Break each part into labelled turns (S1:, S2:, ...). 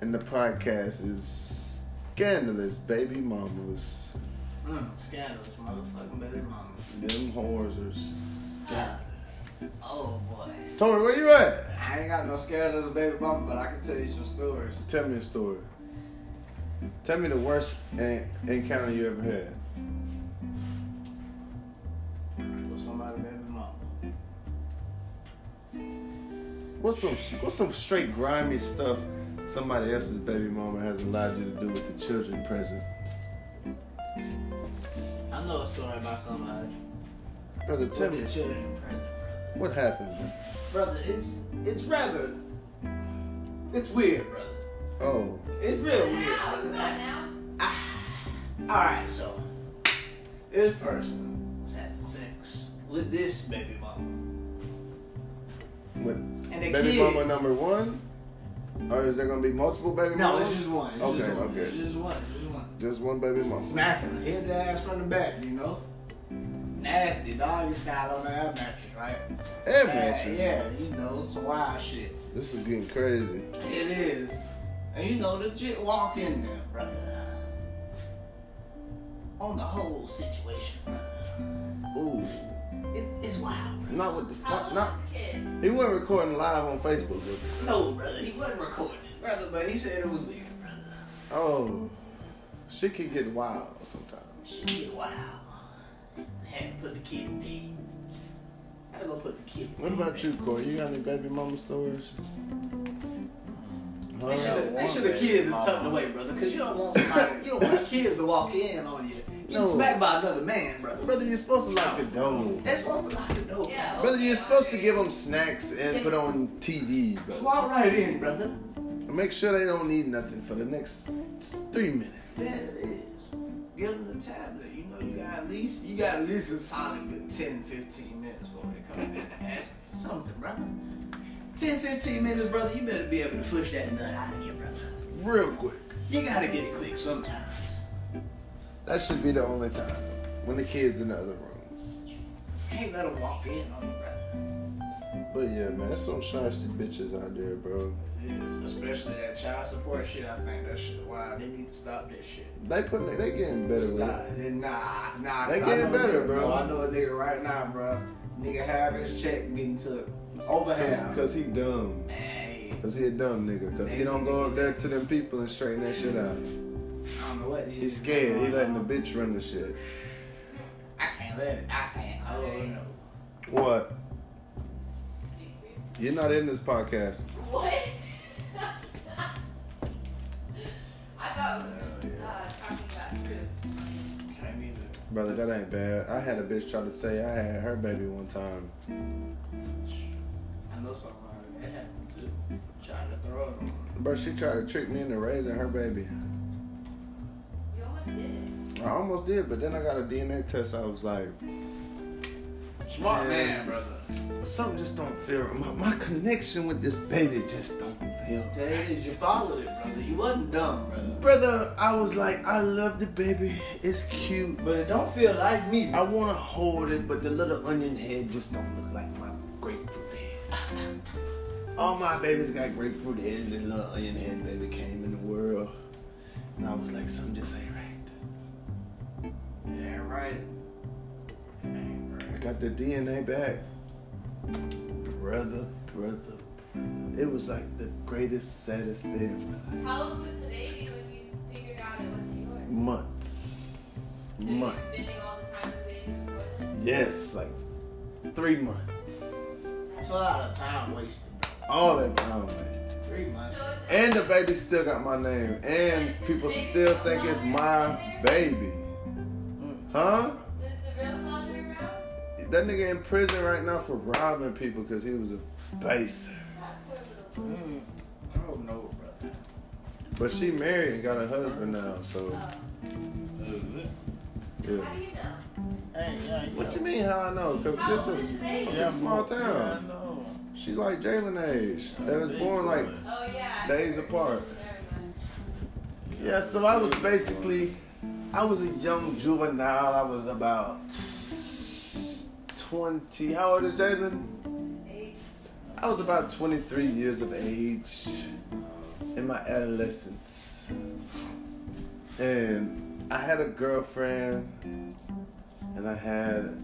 S1: and the podcast is Scandalous Baby Mamas.
S2: Mm, scandalous motherfucking baby mamas.
S1: Them whores are scandalous.
S2: Oh boy.
S1: Tori, where you at?
S2: I ain't got no scandalous baby mama, but I can tell you some stories.
S1: Tell me a story. Tell me the worst en- encounter you ever had.
S2: With somebody baby mama.
S1: What's some what's some straight grimy stuff somebody else's baby mama has allowed you to do with the children present?
S2: I know a story about somebody.
S1: Brother, tell
S2: With
S1: me
S2: the children present, brother.
S1: what happened.
S2: Brother, it's it's rather it's weird, brother.
S1: Oh,
S2: It's real weird. brother. Alright, so this person was having sex with this baby mama.
S1: what?
S2: And the
S1: Baby
S2: kid,
S1: mama number one, or is there gonna be multiple baby
S2: No,
S1: mamas?
S2: it's just one. It's
S1: Okay,
S2: just one.
S1: okay.
S2: It's just one. It's just one.
S1: Just one baby mama.
S2: Smacking her head to ass from the back, you know? Nasty doggy style on the air mattress, right?
S1: Air
S2: Uh,
S1: mattress.
S2: Yeah, you know, some wild shit.
S1: This is getting crazy.
S2: It is. And you know, the jit walk in there, brother. On the whole situation, brother.
S1: Ooh,
S2: It, it's wild, brother.
S1: not with this.
S3: How
S1: Not,
S3: old
S1: not.
S3: was the kid?
S1: He wasn't recording live on Facebook. Was he?
S2: No, brother, he wasn't recording it, brother, but he said it was weird, brother.
S1: Oh, shit can get wild sometimes.
S2: She get wild. Had to put the kid in bed. Had to go put the kid in
S1: What
S2: bed.
S1: about you, Corey? You got any baby mama stories?
S2: Make sure, the, make sure the kids is tucked away, brother, because you don't want somebody, you don't want your kids to walk in on you. You
S1: No.
S2: smacked by another man, brother.
S1: Brother, you're supposed to lock the door.
S2: That's supposed to lock the door.
S3: Yeah.
S1: Brother, you're supposed to give them snacks and put on TV, brother.
S2: Walk right in, brother.
S1: Make sure they don't need nothing for the next three minutes.
S2: There it is. Give them the tablet. You know, you got at least you got at least a solid good 10, 15 minutes before they come in and ask for something, brother. 10, 15 minutes, brother. You better be able to push that nut out of you, brother.
S1: Real quick.
S2: You gotta get it quick sometimes.
S1: That should be the only time when the kids in the other room.
S2: Can't let them walk in on you, brother.
S1: But yeah, man, there's some shysty bitches out there, bro.
S2: is, especially that child support shit. I think that shit wild. They need to stop that shit.
S1: They putting they getting better with it.
S2: Stop. it. Nah, nah.
S1: They
S2: 'cause
S1: getting
S2: I know a
S1: better,
S2: nigga,
S1: bro.
S2: I know a nigga right now, bro. Nigga half his check getting took over half.
S1: Cause, Cause he dumb.
S2: hey,
S1: Cause he a dumb nigga. Cause he don't go up there to them people and straighten that shit out.
S2: I don't know what these
S1: He's scared. He letting the bitch run the shit.
S2: I can't let it. I can't. Oh no.
S1: What? You're not in this podcast.
S3: What? I thought we were uh, talking about truth.
S2: Can't either.
S1: Brother, that ain't bad. I had a bitch try to say I had her baby one time.
S2: I know something like that happened too. Trying to throw it on.
S1: Bro, she tried to trick me into raising her baby.
S3: You almost did it.
S1: I almost did, but then I got a DNA test. I was like,
S2: Smart
S1: Yeah.
S2: man, brother.
S1: something just don't feel right. My, my connection with this baby just don't feel right.
S2: There it is. You followed it, brother. You wasn't dumb, brother.
S1: Brother, I was like, I love the baby. It's cute.
S2: But it don't feel like me.
S1: I want to hold it, but the little onion head just don't look like my grapefruit head. All my babies got grapefruit head, and this little onion head baby came in the world. And I was like, something just ain't right.
S2: Yeah, right. Ain't right.
S1: I got the DNA back. Brother, brother, brother. It was like the greatest, saddest day of my life.
S3: How old was the baby when you figured out it wasn't yours?
S1: Months.
S3: So you were spending
S1: Months.
S3: all the time with baby before then?
S1: Yes, like three months.
S2: That's a lot of time wasted,
S1: All that time wasted.
S2: bro. Three
S3: So
S2: months.
S3: is it
S1: And the baby still got my name. And people still think it's my baby. Huh?
S3: is the real father around?
S1: That nigga in prison right now for robbing people because he was a baser.
S3: That poor little boy.
S2: Mm. I don't know, brother.
S1: But she married and got a husband now, so
S3: Oh.
S1: yeah.
S3: How do you know?
S2: Hey, yeah, you
S1: What you mean how I know? Because
S3: How
S1: this
S3: old
S1: is
S3: the baby?
S1: fucking small
S2: Yeah,
S1: town.
S2: I know.
S1: She like Jalen age. They was born like
S3: Oh yeah.
S1: days apart.
S3: Never mind.
S1: Yeah, so I was basically, I was a young juvenile. I was about 20. How old is Jalen?
S3: Eight.
S1: I was about 23 years of age. in my adolescence. And I had a girlfriend and I had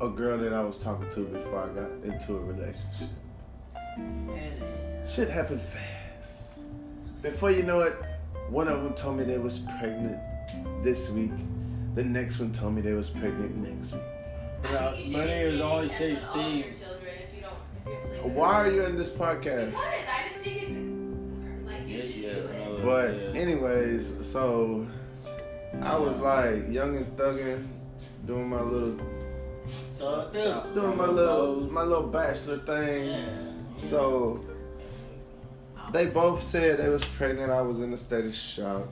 S1: a girl that I was talking to before I got into a relationship. Shit happened fast. Before you know it, one of them told me they was pregnant this week. The next one told me they was pregnant next week.
S4: Now,
S3: I think you
S4: my
S3: should
S4: name is
S3: be
S4: always
S3: independent with all of
S4: 16.
S3: your children if you don't- if you're sleeping
S1: Why
S3: with
S1: are
S3: them.
S1: you in this podcast?
S3: Because I just think it's like you
S4: Yes,
S3: should
S4: yeah,
S3: do it.
S4: no.
S1: But
S4: Yeah.
S1: anyways, so I was like young and thugging, doing my little
S4: So this
S1: doing my little my little bachelor thing. So they both said they was pregnant. I was in a state of shock.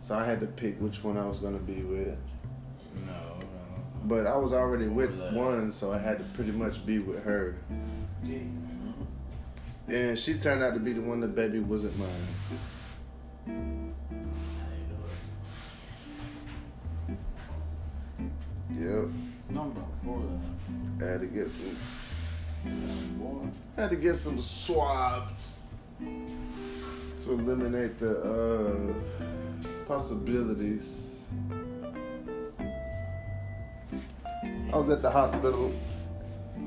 S1: So I had to pick which one I was gonna be with.
S4: No, no.
S1: But I was already with one, so I had to pretty much be with her.
S2: Yeah.
S1: And she turned out to be the one the baby wasn't mine. Yep.
S4: Number four.
S1: I had to get some
S4: Four.
S1: I had to get some swabs to eliminate the uh, possibilities. I was at the hospital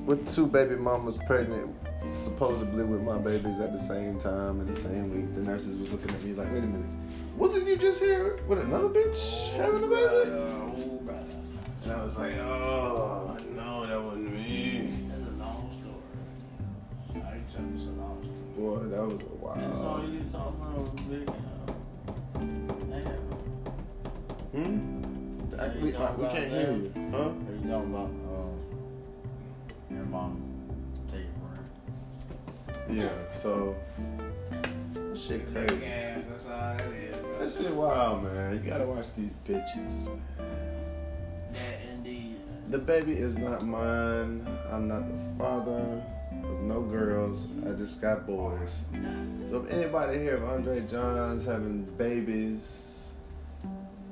S1: with two baby mamas pregnant, supposedly with my babies at the same time in the same week. The nurses was looking at me like, "Wait a minute, wasn't you just here with another bitch having a baby?"
S2: Oh, brother.
S1: And I was like, "Oh no, that wasn't me."
S2: That's a long story. I tell you it's a long story.
S1: Boy, that was a wild.
S4: That's all you talking about, big. Damn.
S1: Hmm? I,
S4: Are you
S1: we, I,
S4: talking
S1: we
S4: about
S1: can't hear
S4: that?
S1: you. Huh?
S4: Are you talking about um, your mom taking her?
S1: Yeah, so. that Shit
S2: Big
S1: crazy.
S2: ass, that's all that is, bro.
S1: That shit wild, man. You gotta watch these bitches.
S2: That indeed.
S1: The baby is not mine. I'm not the father of no girls. I just got boys. So if anybody here of Andre Johns having babies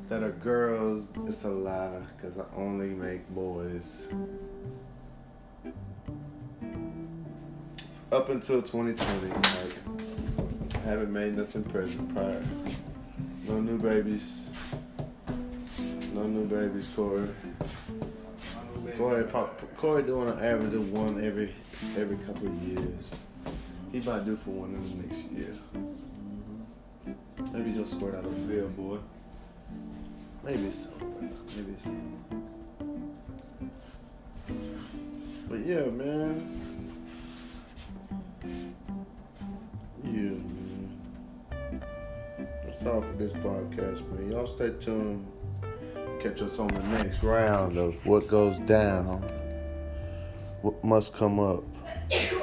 S1: that are girls, it's a lie because I only make boys. Up until 2020, like, I haven't made nothing present prior. No new babies. No new babies, Corey.
S2: My little baby
S1: Corey,
S2: brother.
S1: pop, Corey doing an average of one every every couple of years. He might do for one in the next year. Maybe he'll squirt out of
S4: Yeah, boy.
S1: Maybe so, bro. Maybe so. But yeah, man. Yeah, man. That's all for this podcast, man. Y'all stay tuned. Catch us on the next round of what goes down, what must come up.